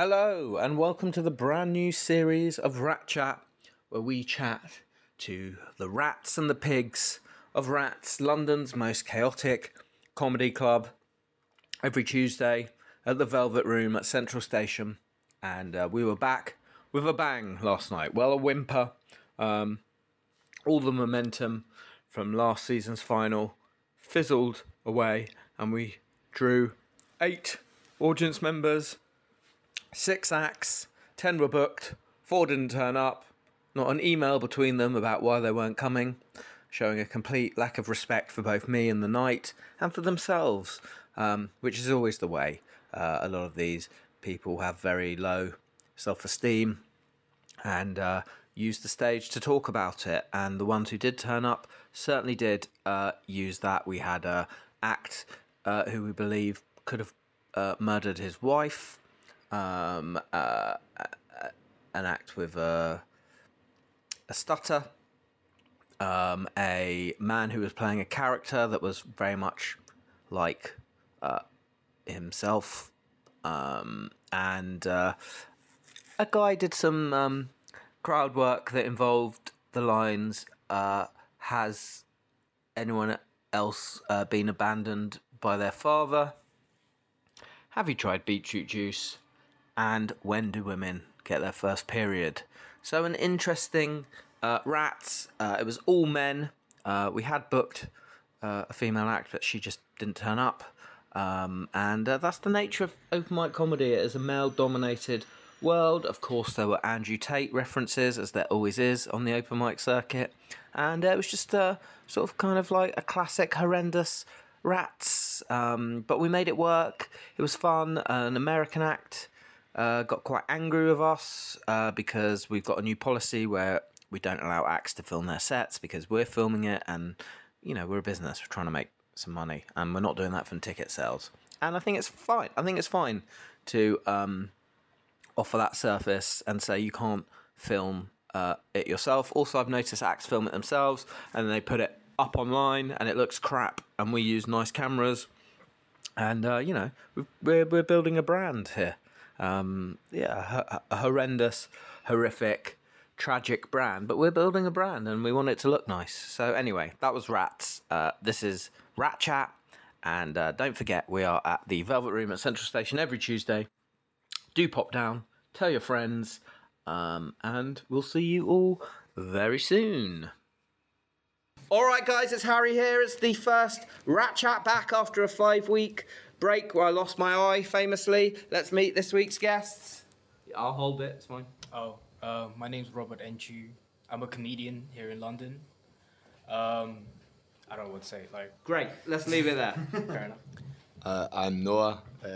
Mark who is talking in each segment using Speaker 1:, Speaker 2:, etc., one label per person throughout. Speaker 1: Hello, and welcome to the brand new series of Rat Chat, where we chat to the rats and the pigs of Rats, London's most chaotic comedy club, every Tuesday at the Velvet Room at Central Station. And uh, we were back with a bang last night. Well, a whimper. Um, all the momentum from last season's final fizzled away, and we drew eight audience members six acts, ten were booked, four didn't turn up, not an email between them about why they weren't coming, showing a complete lack of respect for both me and the night and for themselves, um, which is always the way. Uh, a lot of these people have very low self esteem and uh, use the stage to talk about it. And the ones who did turn up certainly did uh, use that. We had a act uh, who we believe could have uh, murdered his wife. Um, uh, a- a- an act with a, a stutter. Um, a man who was playing a character that was very much like uh, himself. Um, and uh, a guy did some um, crowd work that involved the lines uh, Has anyone else uh, been abandoned by their father? Have you tried beetroot juice? And when do women get their first period? So, an interesting uh, rats. Uh, it was all men. Uh, we had booked uh, a female act, but she just didn't turn up. Um, and uh, that's the nature of open mic comedy. It is a male dominated world. Of course, there were Andrew Tate references, as there always is on the open mic circuit. And uh, it was just a sort of kind of like a classic horrendous rats. Um, but we made it work. It was fun. uh, An American act uh, got quite angry with us uh, because we've got a new policy where we don't allow acts to film their sets because we're filming it and, you know, we're a business. We're trying to make some money and we're not doing that from ticket sales. And I think it's fine. I think it's fine to um, offer that surface and say you can't film uh, it yourself. Also, I've noticed acts film it themselves and they put it up online and it looks crap and we use nice cameras and uh, you know we've- we're we're building a brand here. Um, yeah, a, ho- a horrendous, horrific, tragic brand, but we're building a brand and we want it to look nice. So anyway, that was Rats. Uh, this is Rat Chat, and uh, don't forget we are at the Velvet Room at Central Station every Tuesday. Do pop down, tell your friends, um, and we'll see you all very soon. All right, guys, it's Harry here. It's the first Rat Chat back after a five week break where I lost my eye famously. Let's meet this week's guests. I'll hold it, it's fine.
Speaker 2: Oh, uh, my name's Robert Enchu. I'm a comedian here in London. Um, I don't know what to say. Like,
Speaker 1: Great, let's leave it there.
Speaker 2: fair enough.
Speaker 3: Uh, I'm Noah. Uh,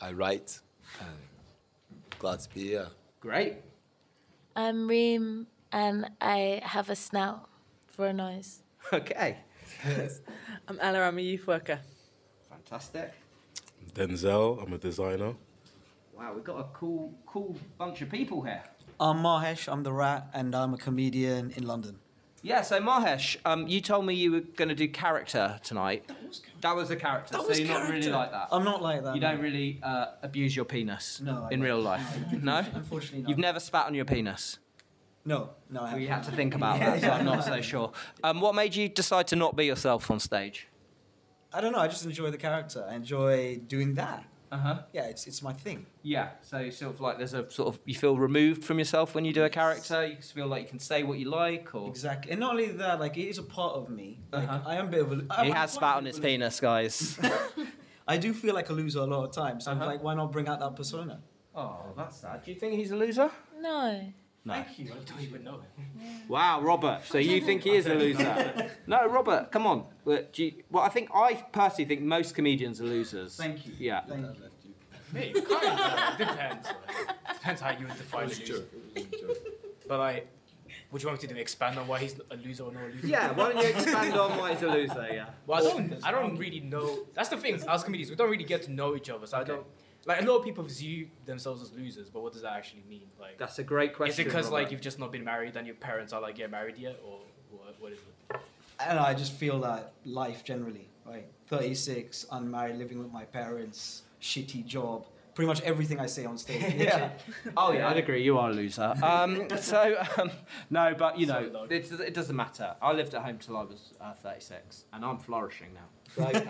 Speaker 3: I write. Um, glad to be here.
Speaker 1: Great.
Speaker 4: I'm Um, Reem and I have a snout for a noise.
Speaker 1: Okay,
Speaker 5: I'm Ella, I'm a youth worker.
Speaker 1: fantastic.
Speaker 6: Denzel, I'm a designer.
Speaker 1: Wow, we've got a cool, cool bunch of people here.
Speaker 7: I'm Mahesh, I'm the rat, and I'm a comedian in London.
Speaker 1: Yeah, so Mahesh, um, you told me you were going to do character tonight. That was, a character, Um, so you're not really like that.
Speaker 7: I'm not like that.
Speaker 1: you don't really uh, abuse your penis
Speaker 7: No, I
Speaker 1: in
Speaker 7: don't.
Speaker 1: real life. No?
Speaker 7: Unfortunately not.
Speaker 1: You've never spat on your penis?
Speaker 7: No, no, I haven't.
Speaker 1: We had to think about that, so I'm not so sure. Um, what made you decide to not be yourself on stage?
Speaker 7: I don't know, I just enjoy the character. I enjoy doing that.
Speaker 1: Uh huh.
Speaker 7: Yeah, it's, it's my thing.
Speaker 1: Yeah. So you sort of like there's a sort of you feel removed from yourself when you do a character. You just feel like you can say what you like, or
Speaker 7: Exactly. And not only that, like, it is a part of me. Like,
Speaker 1: Uh-huh.
Speaker 7: I am a bit of a... I,
Speaker 1: he
Speaker 7: I'm
Speaker 1: has
Speaker 7: quite
Speaker 1: spat
Speaker 7: a
Speaker 1: on
Speaker 7: bit
Speaker 1: his
Speaker 7: of a-
Speaker 1: penis, guys.
Speaker 7: I do feel like a loser a lot of times, so
Speaker 1: Uh-huh.
Speaker 7: I'm like, why not bring out that persona?
Speaker 1: oh, that's sad. Do you think he's a loser?
Speaker 4: No.
Speaker 2: Thank you. I don't even know him.
Speaker 1: Wow, Robert. So you think he is a loser? no, Robert. Come on. Well, do you- well, I think I personally think most comedians are losers.
Speaker 7: Thank you.
Speaker 1: Yeah.
Speaker 7: Thank
Speaker 3: Uh,
Speaker 7: you.
Speaker 2: Hey, kind of. Depends. Depends how you define a loser. But like, would you want me to do, expand on why he's a loser or not a loser?
Speaker 1: Yeah. Why don't you expand on why he's a loser? Yeah.
Speaker 2: Well, I don't. I don't really know. That's the thing. As comedians, we don't really get to know each other. So I don't. Like a lot of people view themselves as losers, but what does that actually mean? Like,
Speaker 1: That's a great question.
Speaker 2: is it because
Speaker 1: Robert.
Speaker 2: like you've just not been married and your parents are like, yeah, married yet, or what, what is it?
Speaker 7: I don't know, I just feel that life generally, right? 36, unmarried, living with my parents, shitty job, pretty much everything I say on stage.
Speaker 1: yeah. Oh yeah, I'd agree. You are a loser. Um, so um, no, but you know, it, it doesn't matter. I lived at home till I was uh, 36, and I'm flourishing now. So, um,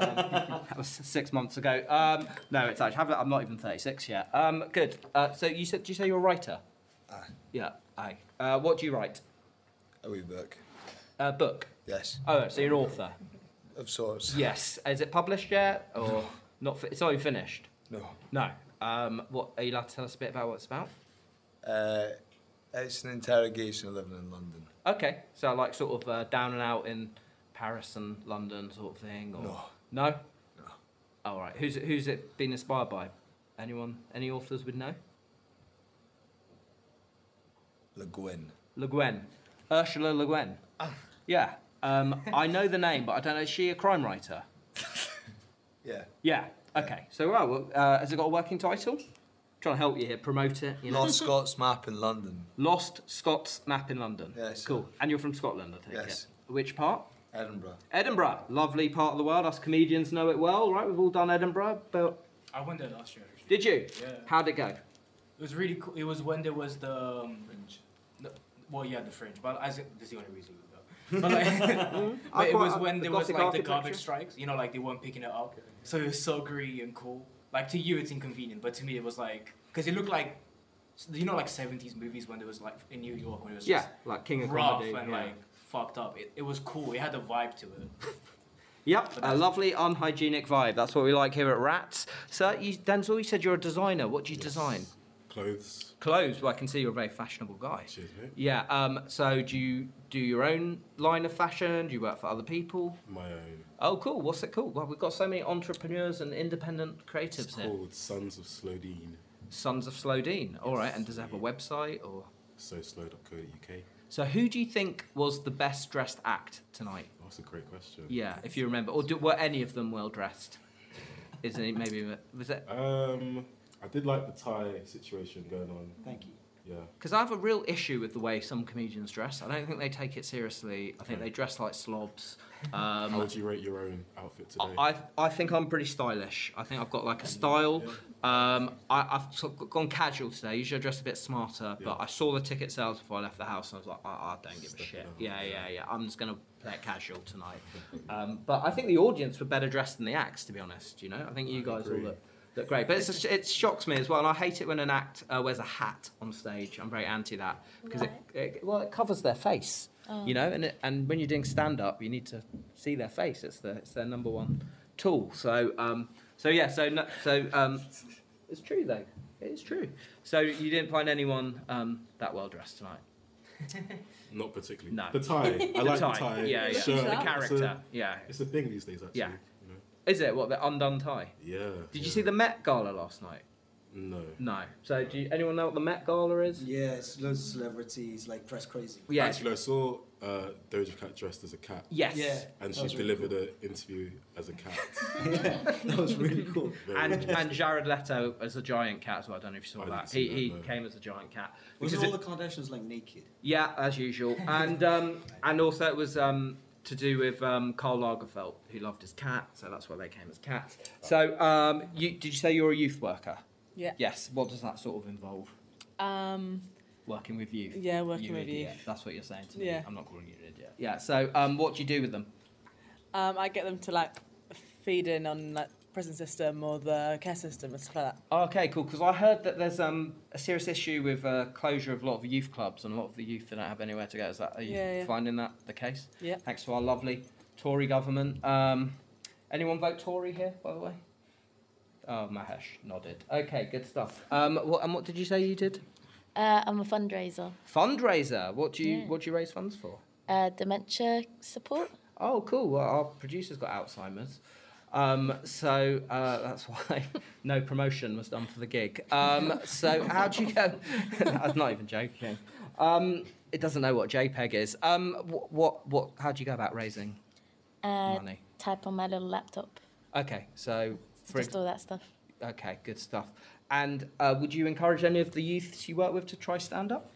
Speaker 1: that was six months ago. Um, no, it's actually I'm not even 36 yet. Um, good. Uh, so you said, do you say you're a writer?
Speaker 3: Aye.
Speaker 1: Yeah. Aye. Uh, what do you write?
Speaker 3: A wee book.
Speaker 1: A book.
Speaker 3: Uh, Yes.
Speaker 1: Oh, so you're an author.
Speaker 3: Of sorts.
Speaker 1: Yes. Is it published yet, or not? Fi- it's not even finished.
Speaker 3: No.
Speaker 1: No. Um, what are you allowed to tell us a bit about what it's about?
Speaker 3: Uh, it's an interrogation of living in London.
Speaker 1: Okay, so like sort of uh, down and out in Paris and London sort of thing, or
Speaker 3: No.
Speaker 1: no?
Speaker 3: No.
Speaker 1: All right. Who's it, who's it been inspired by? Anyone? Any authors would know?
Speaker 3: Le Guin.
Speaker 1: Le Guin, Ursula Le Guin.
Speaker 3: Ah.
Speaker 1: Yeah. Um, I know the name, but I don't know. Is she a crime writer?
Speaker 3: Yeah.
Speaker 1: Yeah. Okay. So, wow. Well, uh, has it got a working title? Trying to help you here. Promote it. You know?
Speaker 3: Lost Scots map in London.
Speaker 1: Lost Scots Map in London.
Speaker 3: Yes.
Speaker 1: Cool. And you're from Scotland, I think.
Speaker 3: Yes.
Speaker 1: Which part?
Speaker 3: Edinburgh.
Speaker 1: Edinburgh, lovely part of the world. Us comedians know it well, right? We've all done Edinburgh, but
Speaker 2: I went there last year. Actually.
Speaker 1: did you?
Speaker 2: Yeah.
Speaker 1: How'd it go?
Speaker 2: It was really cool. It was when there was the. Um, the- well, yeah, the fringe, but as it, that's the only reason we go. But, like, but it
Speaker 1: quite-
Speaker 2: was when
Speaker 1: the
Speaker 2: there
Speaker 1: Gothic
Speaker 2: was like the
Speaker 1: architecture?
Speaker 2: garbage strikes. You know, like they weren't picking it up, so it was so gritty and cool. Like to you, it's inconvenient, but to me, it was like because it looked like you know, like seventies movies when there was like in New York when it was
Speaker 1: Yeah,
Speaker 2: just
Speaker 1: like King of
Speaker 2: rough
Speaker 1: Comedy.
Speaker 2: and
Speaker 1: yeah.
Speaker 2: like fucked up. It, it was cool. It had a vibe to it.
Speaker 1: yep, a lovely unhygienic vibe. That's what we like here at Rats. So, you, Denzel, you said you're a designer. What do you design?
Speaker 8: Clothes.
Speaker 1: Clothes. Well, I can see you're a very fashionable guy.
Speaker 8: Cheers, mate.
Speaker 1: Yeah. Um. So, do you do your own line of fashion? Do you work for other people?
Speaker 8: My own.
Speaker 1: Oh, cool. What's it called? Well, we've got so many entrepreneurs and independent
Speaker 8: It's
Speaker 1: creatives here.
Speaker 8: called Sons of Slodeen.
Speaker 1: Sons of Slodeen. All right, and does it have a website or?
Speaker 8: So slow.co.uk.
Speaker 1: So who do you think was the best dressed act tonight?
Speaker 8: That's a great question.
Speaker 1: Yeah, if you remember, or do, were any of them well dressed? Is it maybe was it?
Speaker 8: Um, I did like the tie situation going on.
Speaker 7: Thank you.
Speaker 8: Yeah.
Speaker 1: Because I have a real issue with the way some comedians dress. I don't think they take it seriously. I think they dress like slobs.
Speaker 8: How
Speaker 1: Um,
Speaker 8: would you rate your own outfit today?
Speaker 1: I, I think I'm pretty stylish. I think I've got like a style. Um, I, I've sort of gone casual today. Usually I dress a bit smarter, but
Speaker 8: Yeah.
Speaker 1: I saw the ticket sales before I left the house and I was like, I, I don't give a
Speaker 8: Step it
Speaker 1: shit.
Speaker 8: up,
Speaker 1: Yeah,
Speaker 8: yeah.
Speaker 1: yeah, yeah. I'm just going to play it casual tonight. Um, but I think the audience were better dressed than the acts, to be honest. You know, I think you guys all
Speaker 8: agree.
Speaker 1: look, look great. But it's a, it shocks me as well. And I hate it when an act uh, wears a hat on stage. I'm very anti that because it, it, well, it covers their face
Speaker 4: Oh.
Speaker 1: you know and it, and when you're doing stand up you need to see their face it's the it's their number one tool so um so yeah so no, so um it's true though it is true so you didn't find anyone um that well dressed tonight
Speaker 8: Not particularly.
Speaker 1: No.
Speaker 8: The tie. I like
Speaker 1: the tie,
Speaker 8: the tie.
Speaker 1: yeah, yeah.
Speaker 8: Sure.
Speaker 1: the
Speaker 8: It's a-
Speaker 1: character yeah
Speaker 8: It's a thing these days, actually.
Speaker 1: Yeah.
Speaker 8: You know?
Speaker 1: is it what the undone tie
Speaker 8: Yeah.
Speaker 1: did you
Speaker 8: yeah.
Speaker 1: see the Met Gala last night
Speaker 8: No.
Speaker 1: no so do you, anyone know what the Met Gala is
Speaker 7: Yeah, it's loads of celebrities, like press crazy.
Speaker 1: yeah
Speaker 8: Actually, I saw uh, Doja Cat dressed as a cat.
Speaker 1: yes
Speaker 7: Yeah.
Speaker 8: And
Speaker 7: That
Speaker 8: she
Speaker 7: was really
Speaker 8: delivered an interview as a cat.
Speaker 7: That was really cool.
Speaker 8: Very
Speaker 1: and
Speaker 8: interesting.
Speaker 1: and Jared Leto as a giant cat as well I don't know if you saw
Speaker 8: I didn't
Speaker 1: that he
Speaker 8: see
Speaker 1: he
Speaker 8: that, no.
Speaker 1: came as a giant cat
Speaker 7: Was
Speaker 1: Because
Speaker 7: all
Speaker 1: it-
Speaker 7: the Kardashians like naked?
Speaker 1: Yeah, as usual. And um, and also it was um, to do with um, Karl Lagerfeld, who loved his cat, so that's why they came as cats. So um, you, did you say you're a youth worker?
Speaker 5: Yeah.
Speaker 1: Yes. What does that sort of involve?
Speaker 5: Um,
Speaker 1: Working with youth.
Speaker 5: yeah, working
Speaker 1: you
Speaker 5: with you.
Speaker 1: idiot. That's what you're saying to me.
Speaker 5: Yeah.
Speaker 1: I'm not calling you an idiot. Yeah. So um, what do you do with them?
Speaker 5: Um, I get them to like feed in on like prison system or the care system and stuff like that.
Speaker 1: Okay, cool. Because I heard that there's um, a serious issue with uh, closure of a lot of youth clubs and a lot of the youth that don't have anywhere to go. Is that are you
Speaker 5: Yeah, yeah.
Speaker 1: finding that the case?
Speaker 5: Yeah.
Speaker 1: Thanks to our lovely Tory government. Um, anyone vote Tory here, by the way? Oh, Mahesh nodded. Okay, good stuff. Um, what, and what did you say you did?
Speaker 4: Uh, I'm a fundraiser.
Speaker 1: Fundraiser. What do you
Speaker 4: Yeah.
Speaker 1: what do you raise funds for?
Speaker 4: Uh, dementia support.
Speaker 1: Oh, cool. Well, our producer's got Alzheimer's. Um, so uh, that's why no promotion was done for the gig. Um, so how do you go? I'm not even joking. Um, it doesn't know what JPEG is. Um, what, what, what? How do you go about raising
Speaker 4: Uh,
Speaker 1: money?
Speaker 4: type on my little laptop.
Speaker 1: Okay, so for
Speaker 4: Just all that stuff.
Speaker 1: okay, good stuff. And uh, would you encourage any of the youths you work with to try stand up?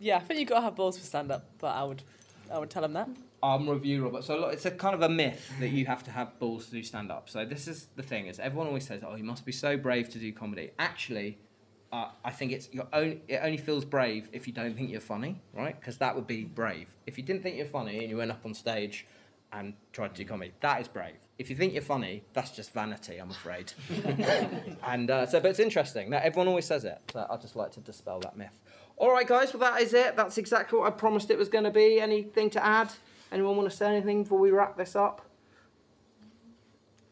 Speaker 5: Yeah, I think you gotta have balls for stand up, but I would, I would tell them that.
Speaker 1: I'll review Robert. So look, it's a kind of a myth that you have to have balls to do stand up. So this is the thing: is everyone always says, "Oh, you must be so brave to do comedy." Actually, uh, I think it's your own. It only feels brave if you don't think you're funny, right? Because that would be brave. If you didn't think you're funny and you went up on stage and tried to do comedy, that is brave. If you think you're funny, that's just vanity, I'm afraid. and uh, so, but it's interesting. Now, everyone always says it. So I just like to dispel that myth. All right, guys. Well, that is it. That's exactly what I promised it was going to be. Anything to add? Anyone want to say anything before we wrap this up?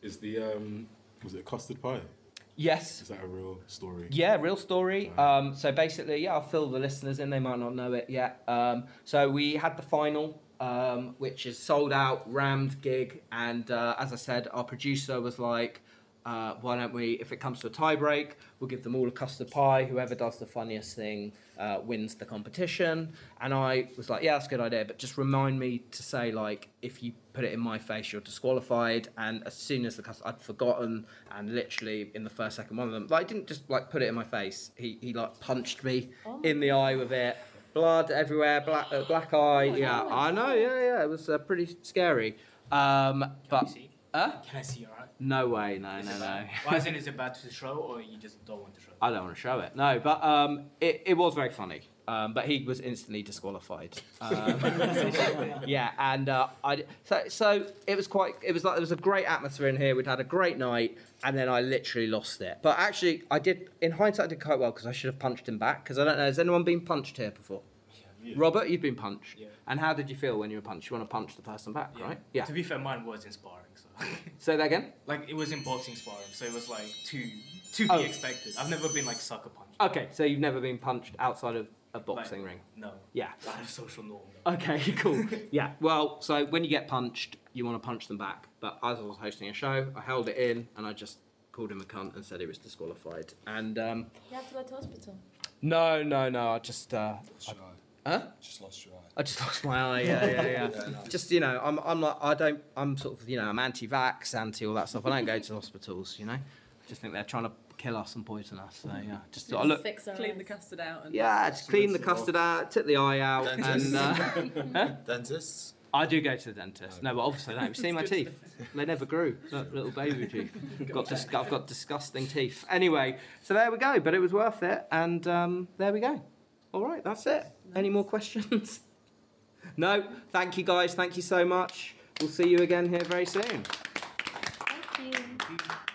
Speaker 8: Is the um, was it a custard pie?
Speaker 1: Yes.
Speaker 8: Is that a real story?
Speaker 1: Yeah, real story. Um, so basically, yeah, I'll fill the listeners in. They might not know it yet. Um, so we had the final, um, which is sold out, rammed gig, and uh, as I said, our producer was like, uh, "Why don't we? If it comes to a tie break, we'll give them all a custard pie. Whoever does the funniest thing uh, wins the competition." And I was like, "Yeah, that's a good idea, but just remind me to say like, if you put it in my face, you're disqualified. And as soon as the customer, I'd forgotten, and literally in the first second, one of them, like, didn't just like put it in my face. He, he like punched me
Speaker 2: Oh.
Speaker 1: in the eye with it, blood everywhere, black uh, black eye.
Speaker 2: Oh,
Speaker 1: yeah, I know. Yeah, yeah, it was uh, pretty scary. Um,
Speaker 2: Can I
Speaker 1: but
Speaker 2: see?
Speaker 1: Huh?
Speaker 2: Can I see? Alright.
Speaker 1: no way, no,
Speaker 2: Is
Speaker 1: no,
Speaker 2: it
Speaker 1: no.
Speaker 2: bad- Well, as in, is it bad to show, or you just don't want to show?
Speaker 1: I don't want to show it. No, but um, it, it was very funny. Um, but he was instantly disqualified. Um, yeah, and uh, I so so it was quite. It was like there was a great atmosphere in here. We'd had a great night, and then I literally lost it. But actually, I did. In hindsight, I did quite well because I should have punched him back. Because I don't know. Has anyone been punched here before?
Speaker 8: Yeah.
Speaker 1: Robert, you've been punched.
Speaker 2: Yeah.
Speaker 1: And how did you feel when you were punched? You want to punch the person back, right? Yeah.
Speaker 2: To be fair, mine was in sparring, so
Speaker 1: Say that again.
Speaker 2: like it was in boxing sparring, so it was like to to be
Speaker 1: Oh.
Speaker 2: expected. I've never been like sucker punched.
Speaker 1: Okay, so you've never been punched outside of a boxing ring.
Speaker 2: No,
Speaker 1: Yeah.
Speaker 2: I have social norm.
Speaker 1: Okay, cool. yeah. Well, so when you get punched, you want to punch them back. But as I was hosting a show, I held it in and I just called him a cunt and said he was disqualified. And um,
Speaker 4: You have to go to hospital.
Speaker 1: no, no, no. I just uh,
Speaker 3: Lost your eye.
Speaker 1: Huh?
Speaker 3: Just lost your eye.
Speaker 1: I just lost my eye. Yeah, yeah, yeah.
Speaker 3: Yeah, no.
Speaker 1: Just you know, I'm I'm like I don't I'm sort of you know I'm anti-vax, anti all that stuff. I don't go to hospitals. You know, I just think they're trying to kill us and poison us. So yeah, just I look.
Speaker 4: Fix our
Speaker 5: Clean
Speaker 4: eyes.
Speaker 5: the custard out and
Speaker 1: Yeah, just clean the
Speaker 3: Rinse it off.
Speaker 1: custard out, tip the eye out, and.
Speaker 3: Dentist.
Speaker 1: Uh,
Speaker 3: Dentists?
Speaker 1: I do go to the dentist. No, but obviously I don't. Have you seen my
Speaker 5: It's good
Speaker 1: teeth? They never grew. Look, little baby teeth. Got dis- I've got disgusting teeth. Anyway, so there we go. But it was worth it. And um, there we go. All right, that's it. Any more questions? no? Thank you, guys. Thank you so much. We'll see you again here very soon.
Speaker 4: Thank you.